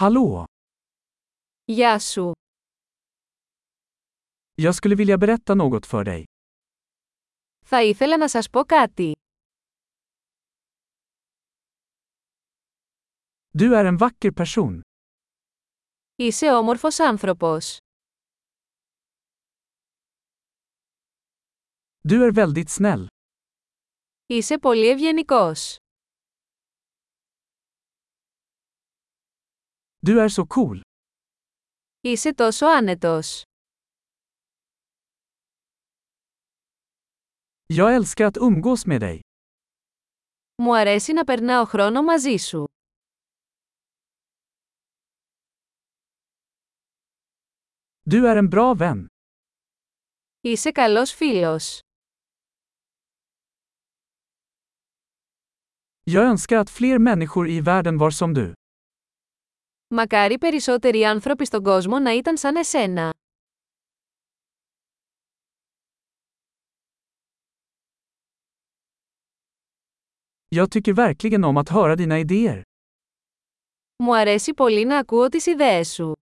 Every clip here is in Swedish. Hallå! Γεια σου. Jag skulle vilja berätta något för dig. Θα ήθελα να σας πω κάτι. Du är en vacker person. Είσαι όμορφος άνθρωπος. Du är väldigt snäll. Είσαι πολύ ευγενικός. Du är så cool. Είσαι τόσο άνετος. Jag älskar att umgås med dig. Μου αρέσει να περνάω χρόνο μαζί σου. Du är en bra vän. Είσαι καλός φίλος. Jag önskar att fler människor i världen var som du. Μακάρι περισσότεροι άνθρωποι στον κόσμο να ήταν σαν εσένα. Jag tycker verkligen om att höra dina idéer. Μου αρέσει πολύ να ακούω τις ιδέες σου.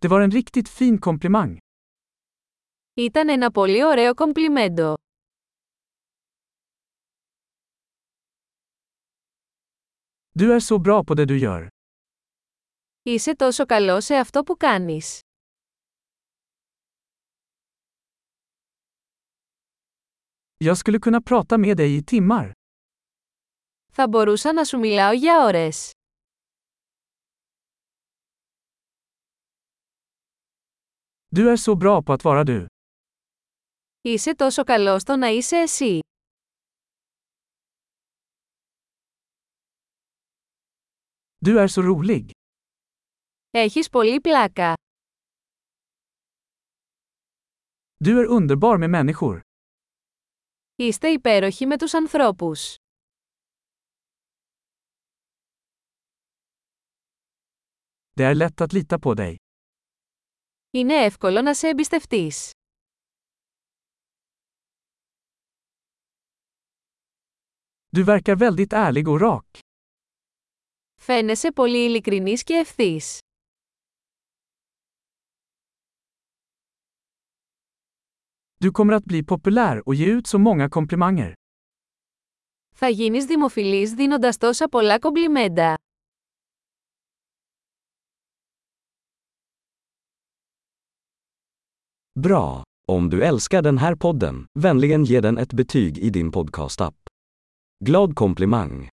Det var en riktigt fin komplimang. Ήταν ένα πολύ ωραίο κομπλιμέντο. Du är så bra på det du gör. Είσαι τόσο καλό σε αυτό που κάνεις. Jag skulle kunna prata med dig i timmar. Θα μπορούσα να σου μιλάω για ώρες. Du är så bra på att vara du. Είσαι τόσο καλό στο να είσαι εσύ. Du är så rolig. Έχεις πολύ πλάκα. Du är underbar med människor. Είστε υπέροχοι με τους ανθρώπους. Det är lätt att lita på dig. Είναι εύκολο να σε εμπιστευτείς. Du verkar väldigt ärlig och rak. Φαίνεσαι πολύ ειλικρινής και ευθύς. Du kommer att bli populär och ge ut så många komplimanger. Θα γίνεις δημοφιλής δίνοντας τόσα πολλά κομπλιμέντα. Bra! Om du älskar den här podden, vänligen ge den ett betyg i din podcastapp. Glad komplimang!